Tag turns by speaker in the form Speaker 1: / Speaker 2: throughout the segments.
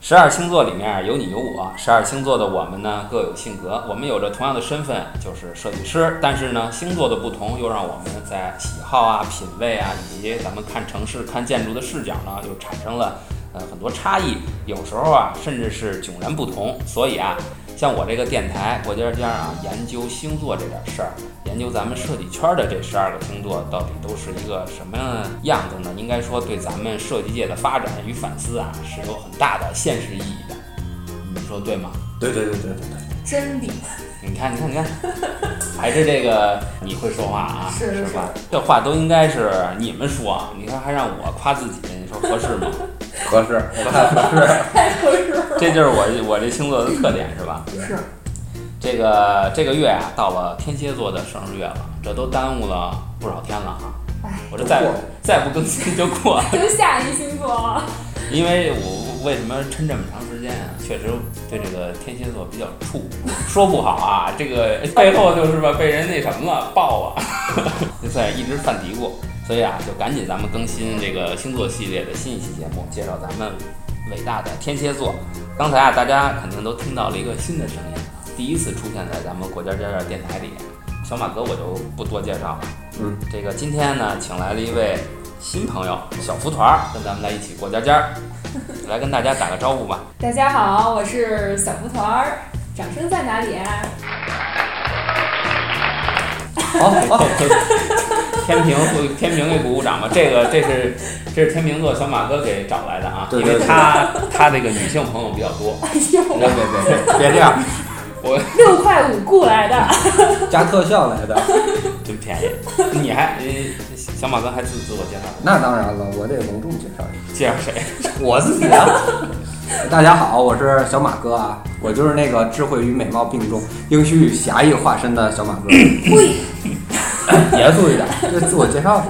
Speaker 1: 十二星座里面有你有我，十二星座的我们呢各有性格，我们有着同样的身份，就是设计师。但是呢，星座的不同又让我们在喜好啊、品味啊，以及咱们看城市、看建筑的视角呢，又产生了呃很多差异，有时候啊甚至是迥然不同。所以啊，像我这个电台，我就是这样啊，研究星座这点事儿，研究咱们设计圈的这十二个星座到底都是一个什么样子呢？应该说对咱们设计界的发展与反思啊，是有很大的现实意义的。你们说对吗？
Speaker 2: 对对对对对对，
Speaker 3: 真理。
Speaker 1: 你看，你看，你 看，还是这个你会说话啊，
Speaker 3: 是是
Speaker 1: 吧？这话都应该是你们说，你看还让我夸自己，你说合 适吗？
Speaker 2: 合适，我看合适。
Speaker 3: 太合适了。
Speaker 1: 这就是我我这星座的特点，是吧？
Speaker 3: 是，
Speaker 1: 这个这个月啊，到了天蝎座的生日月了，这都耽误了不少天了啊！
Speaker 3: 哎，
Speaker 1: 我这再
Speaker 2: 都过
Speaker 1: 再不更新就过了，
Speaker 3: 就下一星座了。
Speaker 1: 因为我为什么抻这么长时间啊？确实对这个天蝎座比较怵，说不好啊，这个背后就是吧被人那什么了爆啊， 就在一直犯嘀咕，所以啊，就赶紧咱们更新这个星座系列的新一期节目，介绍咱们伟大的天蝎座。刚才啊，大家肯定都听到了一个新的声音，第一次出现在咱们国家家家电台里。小马哥我就不多介绍了，
Speaker 2: 嗯，
Speaker 1: 这个今天呢，请来了一位新朋友小福团儿，跟咱们来一起过家家儿，来跟大家打个招呼吧。
Speaker 3: 大家好，我是小蒲团儿，掌声在哪里啊？
Speaker 1: 好，好，天平天平给鼓鼓掌吧。这个这是这是天平座小马哥给找来的啊，
Speaker 2: 对
Speaker 1: 因
Speaker 2: 对
Speaker 1: 为他他这个女性朋友比较多，
Speaker 3: 哎
Speaker 2: 别
Speaker 3: 呦，
Speaker 2: 别别
Speaker 1: 别这样，我
Speaker 3: 六块五雇来的。
Speaker 2: 别，加特效来的。
Speaker 1: 真便宜。啊你还呃小马哥还自自我介绍
Speaker 2: 那当然了，我得隆重介绍一
Speaker 1: 介绍谁？
Speaker 2: 下我自己啊。大家好，我是小马哥啊，我就是那个智慧与美貌并重、英虚与侠义化身的小马哥。
Speaker 3: 喂，
Speaker 2: 严肃一点，这自我介绍。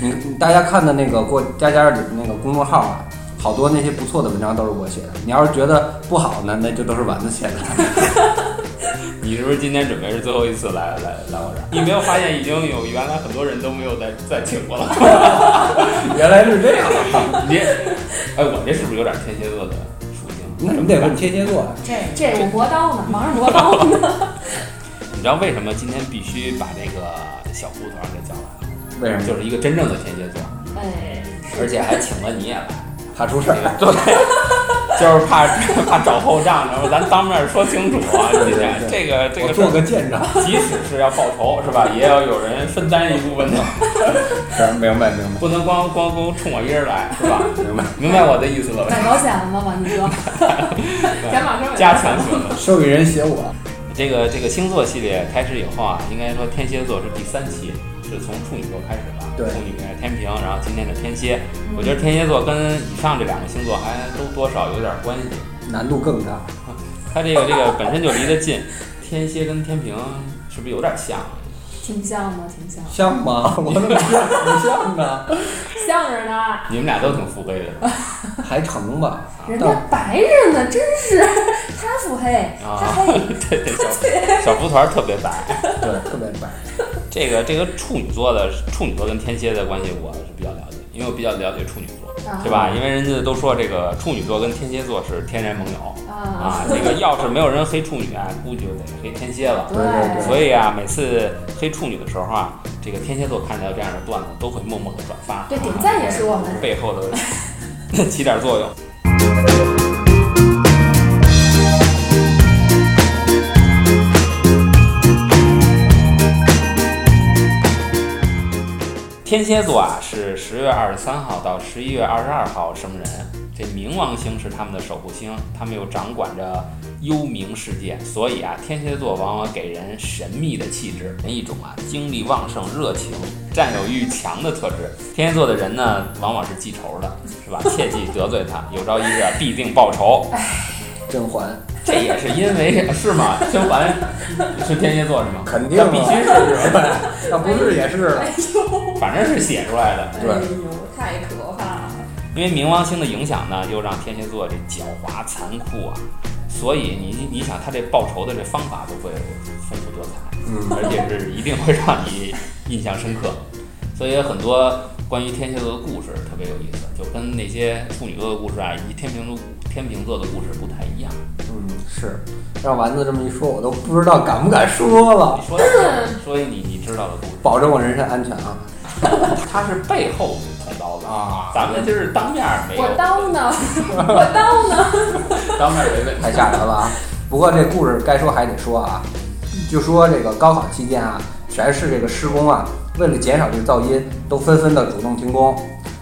Speaker 2: 你你大家看的那个过家家里的那个公众号啊，好多那些不错的文章都是我写的。你要是觉得不好呢，那就都是丸子写的。
Speaker 1: 你是不是今天准备是最后一次来来来我这儿？你没有发现已经有原来很多人都没有再再请过了吗？
Speaker 2: 原来是这样，
Speaker 1: 你这，哎，我这是不是有点天蝎座的属性？
Speaker 2: 那你得问天蝎座。
Speaker 3: 这这我磨刀呢，忙着磨刀 呢。
Speaker 1: 你知道为什么今天必须把这个小胡同给叫来了？
Speaker 2: 为什么？
Speaker 1: 就是一个真正的天蝎座，
Speaker 3: 哎，
Speaker 1: 而且还请了你啊也来。
Speaker 2: 怕出事儿。
Speaker 1: 对，就是怕怕找后账，然后咱当面说清楚啊！今天这
Speaker 2: 对对
Speaker 1: 个这
Speaker 2: 我
Speaker 1: 个事
Speaker 2: 做
Speaker 1: 儿，
Speaker 2: 个见 证。
Speaker 1: 即使是要报仇是吧，也要有人分担一部分的，
Speaker 2: 是，明白明
Speaker 1: 不能光光光冲我一人来是吧？
Speaker 2: 白明白。
Speaker 1: 明白我的意思了吧？
Speaker 3: 买保险了吗，王一 哥？咱马哥买
Speaker 1: 加强型的。
Speaker 2: 受益人写我，
Speaker 1: 这个这个星座系列开始以后啊，应该说天蝎座是第三期，是从处女座开始吧？
Speaker 2: 对
Speaker 1: 处女、天平，然后今天的天蝎。我觉得天蝎座跟以上这两个星座还都多少有点关系，
Speaker 2: 难度更大。
Speaker 1: 它这个这个本身就离得近。天蝎跟天平是不是有点像？
Speaker 3: 挺像吗？挺像，
Speaker 2: 像吗？ 我怎么像不像啊？
Speaker 3: 像着呢。
Speaker 1: 你们俩都挺腹黑的，
Speaker 2: 还成吧？
Speaker 3: 人家
Speaker 1: 嗯
Speaker 3: 白着呢，真是 他腹黑，
Speaker 1: 啊
Speaker 3: 他黑，
Speaker 1: 对对，小小福团特别白。
Speaker 2: 对，特别白。
Speaker 1: 这个这个处女座的处女座跟天蝎的关系我是比较了解，因为我比较了解处女座，
Speaker 3: 啊
Speaker 1: 对吧？因为人家都说这个处女座跟天蝎座是天然盟友。
Speaker 3: 啊
Speaker 1: 啊，，这个要是没有人黑处女啊，估计就得黑天蝎了。
Speaker 3: 对
Speaker 2: 对对
Speaker 1: 所以啊，每次黑处女的时候啊，这个天蝎座看到这样的段子，都会默默的转发。
Speaker 3: 对，点赞也是我们。
Speaker 1: 背后的 起点作用。天蝎座啊，是十月二十三号到十一月二十二号生人。这冥王星是他们的守护星，他们又掌管着幽冥世界，所以啊，天蝎座往往给人神秘的气质，一种啊精力旺盛、热情、占有欲强的特质。啊天蝎座的人呢，往往是记仇的，是吧？切记得罪他，有朝一日啊必定报仇。
Speaker 2: 甄嬛
Speaker 1: 这也是因为是吗？甄嬛是天蝎座是吗？
Speaker 2: 肯定
Speaker 1: 那必须是，
Speaker 2: 是，要不是也是啊了。
Speaker 3: 哎呦，
Speaker 1: 反正是写出来的。
Speaker 3: 哎
Speaker 2: 对
Speaker 3: 呦，太可怕了！
Speaker 1: 因为冥王星的影响呢，又让天蝎座这狡猾残酷啊，所以你你想他这报仇的这方法都会丰富多彩，
Speaker 2: 嗯，
Speaker 1: 而且是一定会让你印象深刻。所以有很多关于天蝎座的故事特别有意思，就跟那些处女座的故事啊，以及天平座天秤座的故事不太一样。
Speaker 2: 嗯，是，让丸子这么一说，我都不知道敢不敢说了
Speaker 1: 你。说的，所以你你知道的故事，
Speaker 2: 保证我人身安全啊！
Speaker 1: 他是背后捅刀子
Speaker 2: 啊
Speaker 1: 咱们就是当面没有
Speaker 3: 我，刀呢？ 我刀呢？
Speaker 1: 当面没问
Speaker 2: 太吓人了啊！不过这故事该说还得说啊，就说这个高考期间啊，全市这个施工啊，为了减少这个噪音，都纷纷的主动停工，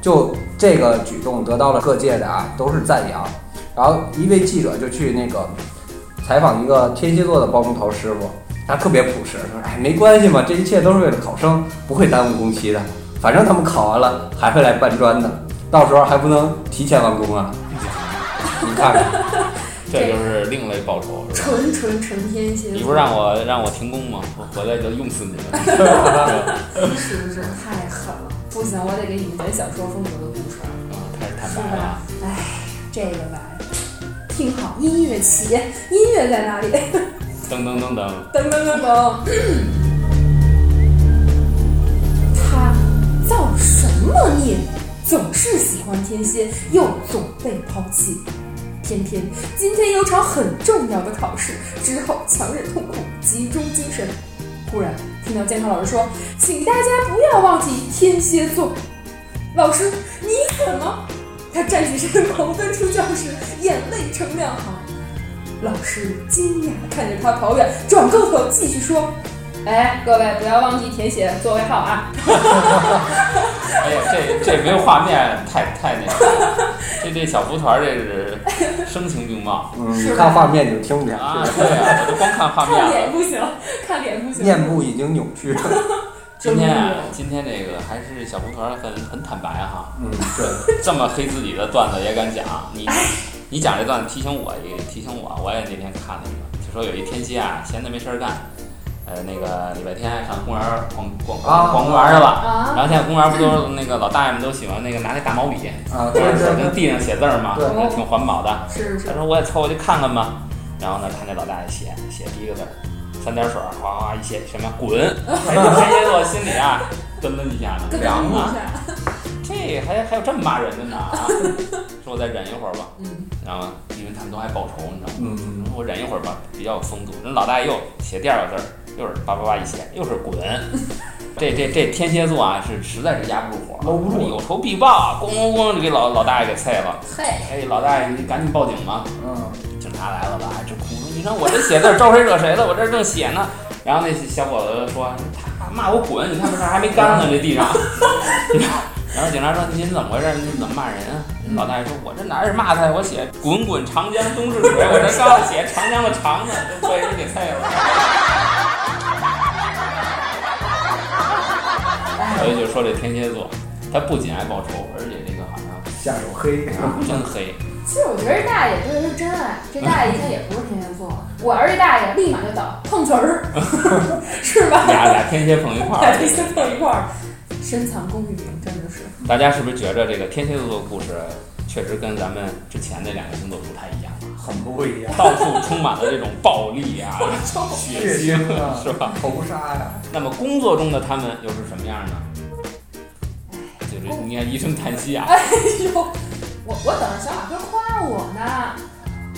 Speaker 2: 就这个举动得到了各界的啊都是赞扬。然后一位记者就去那个采访一个天蝎座的包工头师傅，他特别朴实，他说：“哎，没关系嘛，这一切都是为了考生，不会耽误工期的。反正他们考完了还会来搬砖的，到时候还不能提前完工啊！ 你看看，
Speaker 1: 这就是另类报仇，是吧？
Speaker 3: 纯纯纯天蝎座，
Speaker 1: 你不是让我让我停工吗？我回来就用死你了。啊
Speaker 3: 是不是太狠了？不行，我得给你们点小说风格的故事，
Speaker 1: 啊，开始坦
Speaker 3: 是
Speaker 1: 白了啊
Speaker 3: 吧。？哎，这个吧，听好，音乐起，音乐在哪里？
Speaker 1: 噔噔噔噔，
Speaker 3: 噔噔噔噔，他造什么孽？总是喜欢天蝎，又总被抛弃。偏偏今天有场很重要的考试，之后强忍痛苦，集中精神。突然听到监考老师说：“请大家不要忘记天蝎座。”老师，你怎么？他站起身，狂奔出教室，眼泪成两行。老师惊讶地看着他跑远，转过头继续说：“哎，各位不要忘记填写座位号啊！
Speaker 1: 哎呀，这这没有画面，太太那个了，这这小蒲团这是声情并 茂
Speaker 2: 嗯，你
Speaker 3: 是吧
Speaker 2: 看画面你就听不下去
Speaker 1: 啊！
Speaker 2: 了，
Speaker 1: 对啊，我就光看画面
Speaker 3: 看
Speaker 1: 了。
Speaker 3: 脸不行， 看脸不行。”
Speaker 2: 面部已经扭曲了。
Speaker 1: 今天啊，今天这个还是小蒲团很很坦白哈，
Speaker 2: 嗯，对，
Speaker 1: 这么黑自己的段子也敢讲，你你讲这段子提醒我一个，提醒我，我也那天看了一个，就说有一天蝎啊，闲的没事儿干，呃，那个礼拜天上公园儿逛逛
Speaker 2: 啊
Speaker 1: 逛公园儿去了，然
Speaker 3: 啊，
Speaker 1: 后现在公园儿不都是那个老大爷们都喜欢那个拿那大毛笔，
Speaker 2: 啊，对
Speaker 1: 就是手
Speaker 2: 对
Speaker 1: 跟
Speaker 2: 对，
Speaker 1: 地上写字儿嘛，
Speaker 2: 对
Speaker 1: 那挺环保的。
Speaker 3: 是是
Speaker 1: 他说我也凑过去看看吧，然后呢，看那老大爷写写第一个字儿，三点水儿，哗哗一写什么 滚，哎，这天蝎座心里啊噔噔一下
Speaker 3: 咯
Speaker 1: 呢，
Speaker 3: 噔
Speaker 1: 凉
Speaker 3: 一
Speaker 1: 啊，
Speaker 3: 下，
Speaker 1: 这还还有这么骂人的呢啊！说我再忍一会儿吧，
Speaker 3: 嗯，
Speaker 1: 然后因为他们都爱报仇，你知道吗？
Speaker 2: 嗯，
Speaker 1: 我忍一会儿吧，比较有风度。人老大爷又写第二个字儿，又是叭叭叭一写，又是 滚。这这这天蝎座啊，是实在是压不住火，
Speaker 2: 搂不住
Speaker 1: 有仇必报，咣咣咣就给老老大爷给啐了。
Speaker 3: 嘿，
Speaker 1: 哎，老大爷，你赶紧报警吧！
Speaker 2: 嗯，
Speaker 1: 警察来了吧？这哭说，你看我这写字儿招谁惹谁了？我这儿正写呢。 然后那小伙子说，他骂我滚！你看这还没干呢，这地上。 然后警察说：“您怎么回事？您怎么骂人啊？”老大爷说：“我这哪是骂他呀？我写‘滚滚长江东逝水’，我这刚写‘长江’的‘长’呢，就被人给啐 了。”哎所以就说这天蝎座，他不仅爱报仇，而且这个好像
Speaker 2: 下手黑，
Speaker 1: 真黑。
Speaker 3: 其实我觉得这大爷对是真爱，这大爷应该也不是天蝎座，我要是这大爷立马就倒，碰 瓷儿，是吧？
Speaker 1: 俩俩天蝎碰一块
Speaker 3: 把
Speaker 1: 儿
Speaker 3: 这，些放一块儿，深藏功与名，真的是。
Speaker 1: 大家是不是觉着这个天蝎座的故事确实跟咱们之前那两个星座不太一样，
Speaker 2: 很不一样，
Speaker 1: 到处充满了这种暴力啊、血腥，
Speaker 2: 啊，
Speaker 1: 是吧？
Speaker 2: 仇杀呀，
Speaker 1: 那么工作中的他们又是什么样呢？就是你看一声叹息啊，
Speaker 3: 哎呦，我我等着小马哥夸我呢。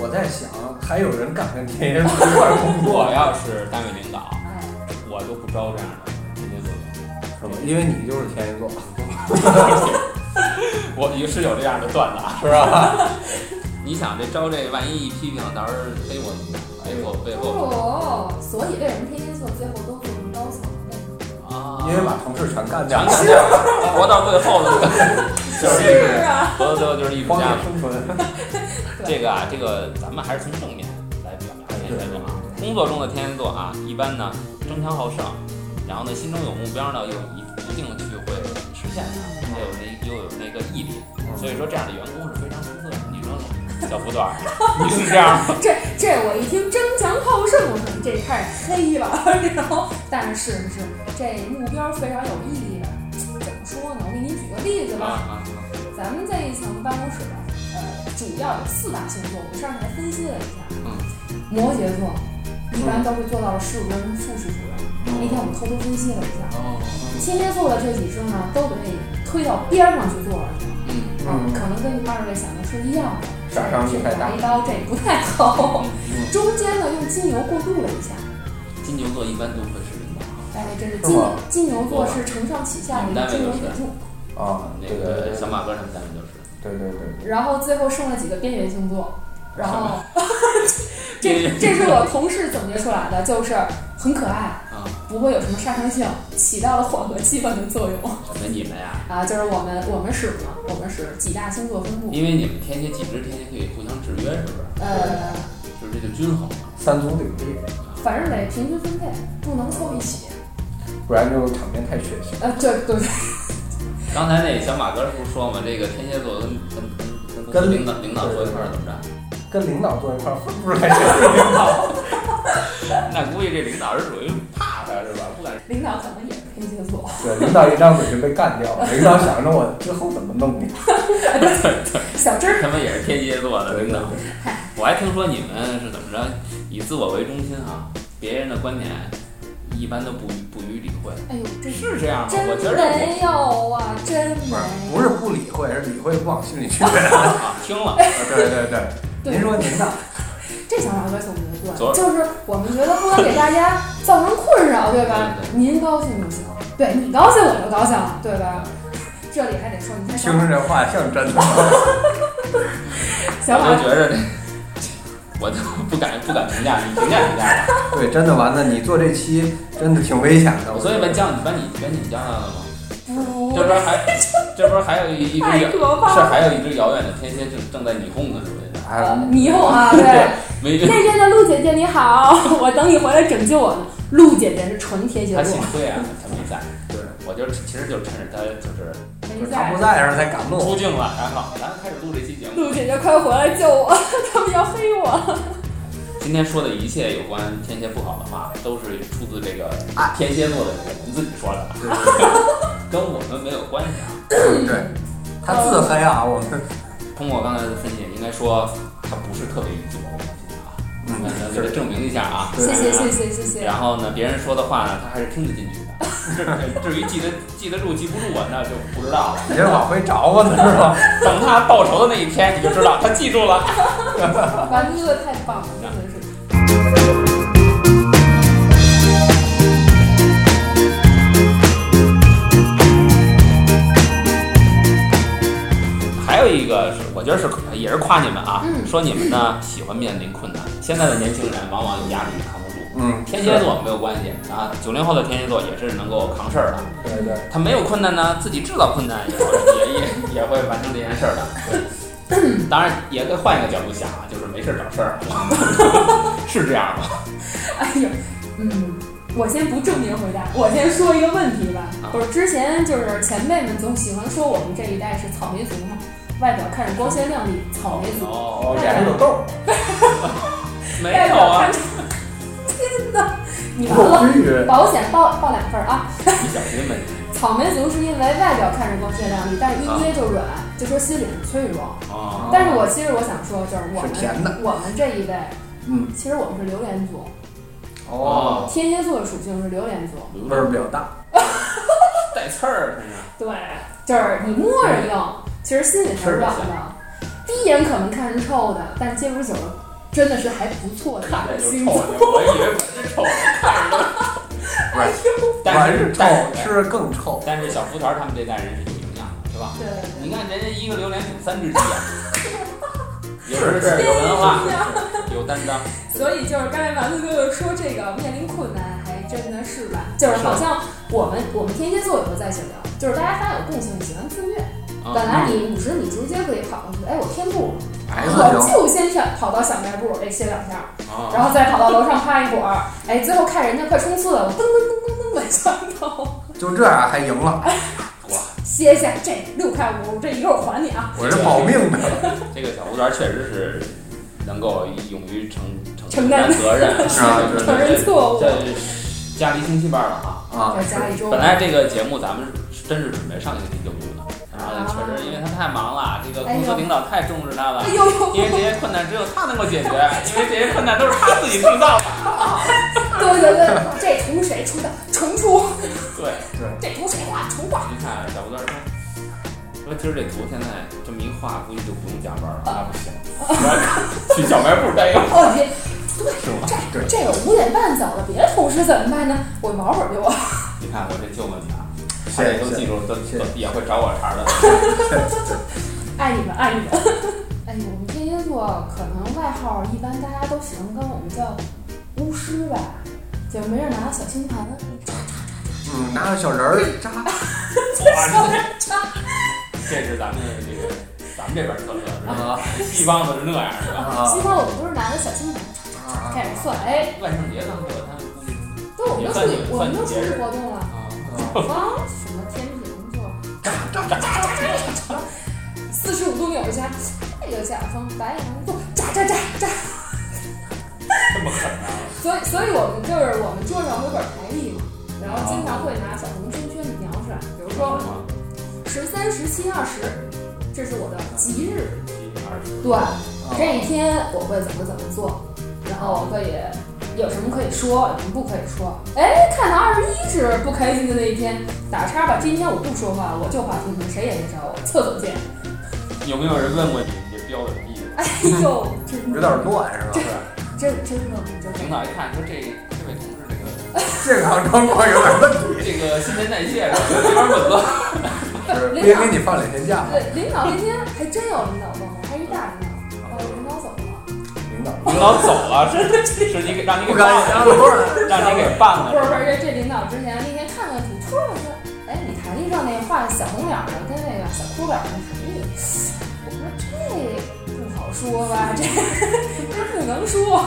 Speaker 2: 我在想，还有人敢跟天蝎座一 块儿工
Speaker 1: 我
Speaker 2: 作呀？
Speaker 1: 要是单位领导，
Speaker 3: 哎，
Speaker 1: 我都不招这样的天蝎座
Speaker 2: 是吧？因为你就是天蝎座，
Speaker 1: 的。 我也是有这样的段子啊。
Speaker 2: 是吧？
Speaker 1: 你想这招这，万一一批评，到时候黑我怎么办？哎，我背后
Speaker 3: 哦，所以为什么天蝎座最后都做成高层呢？
Speaker 1: 啊，
Speaker 2: 因为把同事全干掉
Speaker 1: 全干
Speaker 2: 了，
Speaker 1: 掉了，活到最后呢，就是一个，
Speaker 3: 啊，
Speaker 1: 活到最后就是艺术
Speaker 2: 荒
Speaker 1: 家
Speaker 2: 野
Speaker 1: 嘛。
Speaker 2: 生存，
Speaker 1: 这个啊，这个咱们还是从正面来表达天蝎座啊。工作中的天蝎座啊，一般呢争强好胜，然后呢心中有目标呢，又一一定去会实现它，又有那又有那个毅力。 所以说这样的员工是非常出色的。你说呢，小福段儿，你是这样吗？
Speaker 3: 这这我一听争强好胜，我说这太黑了。然后，但是是这目标非常有意义的。怎么说呢？我给您举个例子
Speaker 1: 啊
Speaker 3: 吧。
Speaker 1: 啊
Speaker 3: 咱们这一层办公室吧，呃，主要有四大星座，我上次还分析了一下。
Speaker 1: 嗯。
Speaker 3: 摩羯座一般都是做到了十五个人副市主任。那
Speaker 2: 嗯
Speaker 3: 天我们偷偷分析了一下，
Speaker 1: 哦，
Speaker 3: 天蝎座的这几支呢，都给推到边儿上去做了去。
Speaker 1: 嗯
Speaker 2: 嗯
Speaker 3: 可能跟二位想的是一样的，
Speaker 2: 杀伤力太大
Speaker 3: 打一。刀这不太好。
Speaker 2: 嗯
Speaker 3: 中间呢用金油过渡了一下，
Speaker 1: 金牛座一般都会是领导，
Speaker 3: 哎，这是
Speaker 2: 是
Speaker 3: 金
Speaker 2: 吗
Speaker 3: 金牛座是承上启下
Speaker 1: 你们
Speaker 3: 的
Speaker 1: 单位嗯就
Speaker 3: 金牛辅
Speaker 1: 是
Speaker 3: 助，
Speaker 2: 啊，
Speaker 1: 那
Speaker 2: 对对对
Speaker 1: 个
Speaker 2: 对
Speaker 1: 小马哥他们单位就是
Speaker 2: 对对对，
Speaker 3: 然后最后剩了几个边缘星座，然后
Speaker 1: 边
Speaker 3: 这
Speaker 1: 缘
Speaker 3: 这是我同事总结出来的，就是很可爱，
Speaker 1: 啊，
Speaker 3: 不会有什么杀伤性，起到了缓和气氛的作用
Speaker 1: 怎么你们呀？
Speaker 3: 啊。就是我们我们是什么？我们是几大星座分布，
Speaker 1: 因为你们天蝎、地支、天蝎可以互相制约，是不
Speaker 3: 呃，
Speaker 1: 是？就是这就均衡嘛。
Speaker 2: 三足鼎立，
Speaker 3: 反正得平均分配，不能凑一起。
Speaker 2: 不然就场面太血腥。
Speaker 3: 呃，对对对，
Speaker 1: 刚才那小马哥不是说嘛，这个天蝎座跟跟跟跟公司
Speaker 2: 跟
Speaker 1: 领导领导坐一块儿怎么着？
Speaker 2: 跟领导坐一块儿，分不出来谁是领导。
Speaker 1: 那估计这领导是属于怕他是吧？不敢
Speaker 3: 领导可能也是天蝎座，
Speaker 2: 对，领导一张嘴就被干掉了。领导想着我之后怎么弄你。
Speaker 3: 小芝儿
Speaker 1: 他们也是天蝎座的
Speaker 2: 对
Speaker 1: 领
Speaker 2: 对
Speaker 1: 导。我还听说你们是怎么着，以自我为中心啊，别人的观点一般都不予不予理会，
Speaker 3: 哎呦，这
Speaker 1: 是这样吗？
Speaker 3: 真
Speaker 1: 我觉得我
Speaker 3: 没有啊，真没有。
Speaker 2: 不是不理会，是理会不往心里 去。
Speaker 1: 啊，听了，
Speaker 2: 对对对，
Speaker 3: 哦对
Speaker 2: 您说您呢？
Speaker 3: 这小马哥总结得
Speaker 1: 昨
Speaker 3: 对，就是我们觉得不能给大家造成困扰，对吧？
Speaker 1: 对
Speaker 3: 您高兴就行，对你高兴我就高兴了，对吧？这里还得说，你看小
Speaker 2: 听着这话像真的吗？
Speaker 3: 小
Speaker 1: 我
Speaker 3: 马
Speaker 1: 就觉着这，我都不敢不敢评价你，评价评价吧。
Speaker 2: 对，真的完了，你做这期真的挺危险的。
Speaker 1: 所以把降把你把你降下来了吗？
Speaker 3: 不
Speaker 1: 这边还这边还有一只
Speaker 3: 太
Speaker 1: 遥，
Speaker 3: 可怕
Speaker 1: 是
Speaker 3: 了，
Speaker 1: 还有一只遥远的天蝎正正在你哄呢，是不是？
Speaker 2: 哎，我们
Speaker 3: 霓虹啊，对。
Speaker 1: 没这，
Speaker 3: 那边的陆姐姐你好，我等你回来拯救我呢。陆姐姐是纯天蝎
Speaker 1: 他
Speaker 3: 座
Speaker 1: 幸，亏啊，他没在。
Speaker 2: 对，
Speaker 1: 我就是其实就趁着他就是
Speaker 2: 就
Speaker 3: 没
Speaker 2: 是他
Speaker 3: 在哦
Speaker 2: 不。在的时候才敢录。
Speaker 1: 出镜了，然后咱们开始录这期节目。
Speaker 3: 陆姐姐快回来救我， 他们要黑我。
Speaker 1: 今天说的一切有关天蝎不好的话，都是出自这个
Speaker 3: 啊
Speaker 1: 天蝎座的我们自己说的，啊
Speaker 2: 对对
Speaker 1: 跟我们没有关系啊。
Speaker 2: 对对，他自黑啊，我们
Speaker 1: 通过刚才的分析，应该说他不是特别一致我相信啊。
Speaker 2: 嗯
Speaker 1: 那咱给他证明一下啊。
Speaker 2: 对
Speaker 3: 谢谢谢谢谢谢。
Speaker 1: 然后呢，别人说的话呢，他还是听得进去的。 至至于记得记得住记不住啊，那就不知道了。
Speaker 2: 你这往回找我呢是吧？
Speaker 1: 等他报仇的那一天，你就知道他记住了。
Speaker 3: 完哥太棒了，真的是。
Speaker 1: 还有一个是，我觉得是也是夸你们啊，
Speaker 3: 嗯
Speaker 1: 说你们呢喜欢面临困难。现在的年轻人往往有压力也扛不住。
Speaker 2: 嗯，
Speaker 1: 天蝎座没有关系啊，九零后的天蝎座也是能够扛事儿的。
Speaker 2: 对对，
Speaker 1: 他没有困难呢，自己制造困难也会也也也会完成这件事儿的。对，当然也可以换一个角度想啊，就是没事儿找事儿，啊是这样吗？
Speaker 3: 哎呦，嗯，我先不正面回答，我先说一个问题吧
Speaker 1: 啊。
Speaker 3: 不是之前就是前辈们总喜欢说我们这一代是草莓族嘛，外表看着光鲜亮丽，草莓族。
Speaker 1: 哦，
Speaker 2: 哦，脸上有痘，
Speaker 1: 没
Speaker 3: 外
Speaker 1: 有
Speaker 3: 表
Speaker 1: 啊
Speaker 3: 看，着， 天哪，你完了，
Speaker 2: 不至于。
Speaker 3: 保险报报两份儿啊。
Speaker 1: 你小心吧你。
Speaker 3: 草莓族是因为外表看着光鲜亮丽，但是一
Speaker 1: 啊
Speaker 3: 捏就软，就说心里很脆弱。
Speaker 1: 哦，
Speaker 3: 但是我其实我想说，就是我
Speaker 2: 啊是甜的
Speaker 3: 们我们这一代，
Speaker 2: 嗯，
Speaker 3: 其实我们是榴莲族，
Speaker 1: 哦，
Speaker 3: 天蝎座的属性是榴莲座，
Speaker 2: 味儿比较大。
Speaker 1: 带刺儿，真是
Speaker 3: 对，就是你默认用，其实心里还是软
Speaker 1: 是
Speaker 3: 的。第一眼可能看是臭的，但接触久了真的是还不错的
Speaker 1: 看着哎就
Speaker 3: 星
Speaker 1: 臭，
Speaker 3: 座。
Speaker 1: 我以为本是臭，看着就臭。但
Speaker 2: 凡
Speaker 1: 是
Speaker 2: 是臭
Speaker 1: 但，是
Speaker 2: 吃更臭。
Speaker 1: 但是小福团他们这代人是有影响的，是吧？
Speaker 3: 对对
Speaker 1: 你
Speaker 3: 对，
Speaker 1: 看人家一个榴莲顶三只鸡啊，有知识、有文化、有担当，
Speaker 3: 所以就是刚才丸子哥哥说这个面临困难，还真的是吧？就是好像我们我们天蝎座也会在一起聊，就是大家发现有共性，喜欢自虐。
Speaker 1: 嗯
Speaker 3: 本来你五十米直接可以跑过去，哎，我偏不，
Speaker 1: 哎
Speaker 2: S
Speaker 3: 我
Speaker 1: 哦
Speaker 2: 型，
Speaker 3: 就先上跑到小卖部，哎，歇两下，
Speaker 1: 啊，
Speaker 3: 然后再跑到楼上趴一会儿，哎，最后看人家快冲刺了，我噔噔噔噔噔往上头，
Speaker 2: 就这样还赢了，
Speaker 3: 啊歇一下，这六块五，这一会儿还你啊，
Speaker 2: 我是保命的。
Speaker 1: 这个小胡团确实是能够勇于承承
Speaker 3: 承担
Speaker 1: 责任，
Speaker 2: 啊对
Speaker 3: 承认错误
Speaker 1: 这家离星期班了啊。
Speaker 2: 啊
Speaker 3: 在，家一周
Speaker 1: 本，来这个节目咱们是真是准备上一个星期就录的，然后
Speaker 2: 啊
Speaker 1: 确实因为他太忙了，这个公司领导太重视他了
Speaker 3: 哎。呦呦，
Speaker 1: 因为这些困难只有他能够 解决，因为这些困难都是他自己制造的。
Speaker 3: 对对对，这图谁出的？重出，
Speaker 1: 对，
Speaker 3: 这图谁画？重画，
Speaker 1: 你看小胡团说，说今儿这图现在这么一画，估计就不用加班了。那不行， 去小卖部待一会儿
Speaker 3: 哦，别，对，
Speaker 1: 是吗？
Speaker 3: 这这个五点半走了，别的同事怎么办呢？我忙会儿就完。
Speaker 1: 你看我这舅问你啊，
Speaker 2: 谢
Speaker 1: 他
Speaker 2: 谢
Speaker 1: 这都记住，都
Speaker 2: 谢谢
Speaker 1: 都也会找我茬的。
Speaker 3: 爱你们，爱你们。 哎，我们天蝎座可能外号一般大家都喜欢跟我们叫巫师吧，就没事拿小星盘，
Speaker 2: 嗯，拿个小人儿扎，
Speaker 1: 哇，
Speaker 3: 叉
Speaker 1: 这是咱们这个咱们这边特色是吧？
Speaker 2: 啊
Speaker 1: 西方的是那样是吧？
Speaker 2: 啊
Speaker 3: 西方我们都是拿个小星盘
Speaker 2: 啊
Speaker 3: 开始算，哎，
Speaker 1: 万圣节咱们过，他们估计
Speaker 3: 都我们都出去，我们都出去活动了。
Speaker 1: 啊，
Speaker 3: 北方什么天秤座，
Speaker 1: 炸炸炸！
Speaker 3: 四十五度扭一下，这个甲方白羊座，炸炸炸炸。
Speaker 1: 这么狠啊！
Speaker 3: 所以，所以我们就是我们桌上有本牌历嘛，然后经常会拿小红圈圈描出来，比如说十三、十七、二十，这是我的吉日，对，这一天我会怎么怎么做，然后我可以有什么可以说，有什么不可以说。哎，看到二十一是不开心的那一天，打叉吧，今天我不说话，我就话听听，谁也别找我，厕所见。
Speaker 1: 有没有人问过你你这标的什么意思？
Speaker 3: 哎呦，这
Speaker 2: 有点乱是吧？
Speaker 3: 这真的真
Speaker 1: 领
Speaker 3: 的，
Speaker 1: 导一看说这这位同志这个
Speaker 2: 健康状况有点问题，
Speaker 1: 这个新陈代谢有点紊乱。
Speaker 3: 不
Speaker 2: 别
Speaker 3: 领
Speaker 2: 给
Speaker 3: 导
Speaker 2: 你放两天假。
Speaker 3: 对领导那天还真有领导问我，还是一大领导，哦，领导走了。
Speaker 2: 领导
Speaker 1: 领导走了，是是你给让你给
Speaker 2: 不
Speaker 1: 办
Speaker 2: 敢
Speaker 1: 了，
Speaker 2: 想会儿，
Speaker 1: 让你给办
Speaker 3: 不是不
Speaker 1: 了。
Speaker 3: 是，这这领导之前那天看看图，突然我说，哎，你台历上那画的小红脸儿的跟那个小哭脸儿的台历，我说这不好说吧，这这不能说。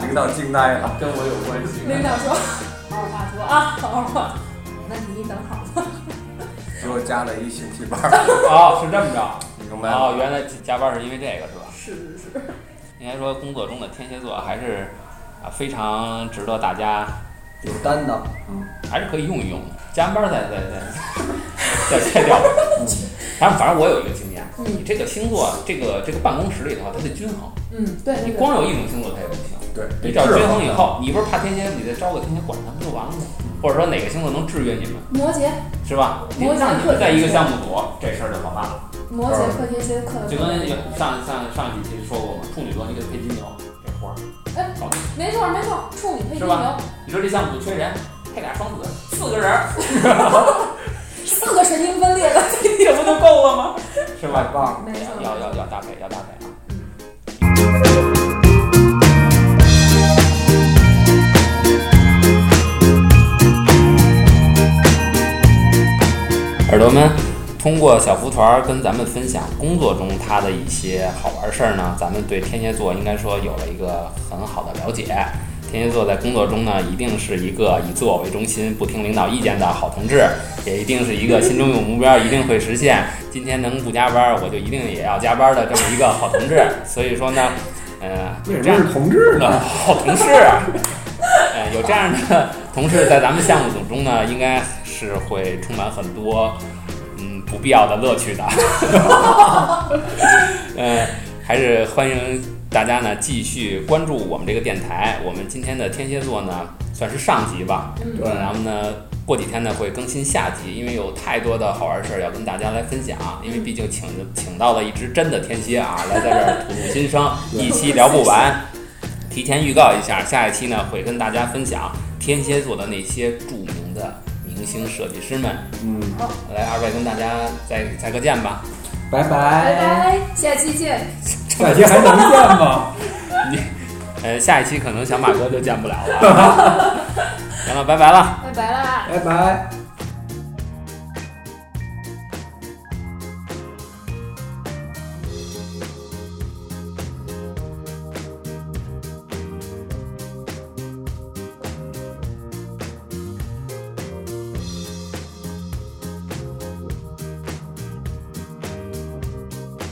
Speaker 2: 领导惊呆了。
Speaker 1: 跟我有关系
Speaker 3: 领导说，好好话说啊，好好话。那你等好吧。
Speaker 2: 给我加了一星期班儿，
Speaker 1: 哦，是这么着。
Speaker 2: 明白吗？
Speaker 1: 哦，原来加班是因为这个是吧？
Speaker 3: 是是是，
Speaker 1: 应该说工作中的天蝎座还是啊非常值得大家
Speaker 2: 有担当，
Speaker 1: 还是可以用一用的，加完班儿再再再再切掉。反正反正我有一个经验，
Speaker 3: 嗯
Speaker 1: 你这个星座这个这个办公室里头它得均衡，
Speaker 3: 嗯，对
Speaker 1: 你
Speaker 3: 对对。
Speaker 1: 光有一种星座它也不行。
Speaker 2: 对，
Speaker 1: 你只要均衡以
Speaker 2: 也
Speaker 1: 后，你不是怕天蝎，你再招个天蝎管他们就完了吗？或者说哪个星座能制约你们，
Speaker 3: 摩羯，
Speaker 1: 是吧？你
Speaker 3: 摩羯
Speaker 1: 让你
Speaker 3: 特别
Speaker 1: 们在一个
Speaker 3: 是
Speaker 1: 项目组，这事儿就好办了。
Speaker 3: 摩羯克天蝎克的
Speaker 1: 就跟上上上几期说过嘛，处女座你给他配金牛这活儿，
Speaker 3: 哎
Speaker 1: 搞定。
Speaker 3: 没错没错，处女配金
Speaker 1: 是
Speaker 3: 牛
Speaker 1: 吧，你说这项目组缺人，配俩双子，四个人儿，
Speaker 3: 四个神经分裂的。
Speaker 1: 这不就够了吗？是吧
Speaker 2: 太？棒了。
Speaker 3: 没错，
Speaker 1: 要要要搭配，要搭配啊！耳朵们，通过小福团儿跟咱们分享工作中他的一些好玩事儿呢，咱们对天蝎座应该说有了一个很好的了解。天蝎座在工作中呢，一定是一个以自我为中心、不听领导意见的好同志，也一定是一个心中有目标、一定会实现。今天能不加班儿，我就一定也要加班儿的这么一个好同志。 所以说呢，呃，有这样
Speaker 2: 是同志
Speaker 1: 的？好同事，啊 呃，有这样的同事在咱们项目组中呢，应该是会充满很多嗯不必要的乐趣的。 呃，还是欢迎大家呢继续关注我们这个电台。我们今天的天蝎座呢，算是上集吧。
Speaker 3: 嗯
Speaker 2: 对
Speaker 1: 然后呢，过几天呢会更新下集，因为有太多的好玩事儿要跟大家来分享。因为毕竟请请到了一只真的天蝎啊，来在这儿吐露心声，
Speaker 2: 对
Speaker 1: 一期聊不完。提前预告一下，下一期呢会跟大家分享天蝎座的那些著名的明星设计师们。
Speaker 2: 嗯，
Speaker 1: 来，二位跟大家再再个见吧。
Speaker 2: 拜
Speaker 3: 拜
Speaker 2: 拜。
Speaker 3: 拜，下期见。
Speaker 2: 下期还能见吗？
Speaker 1: 呃，下一 期可能小马哥就见不了了，行了，拜拜了。
Speaker 3: 拜拜啦。
Speaker 2: 拜拜。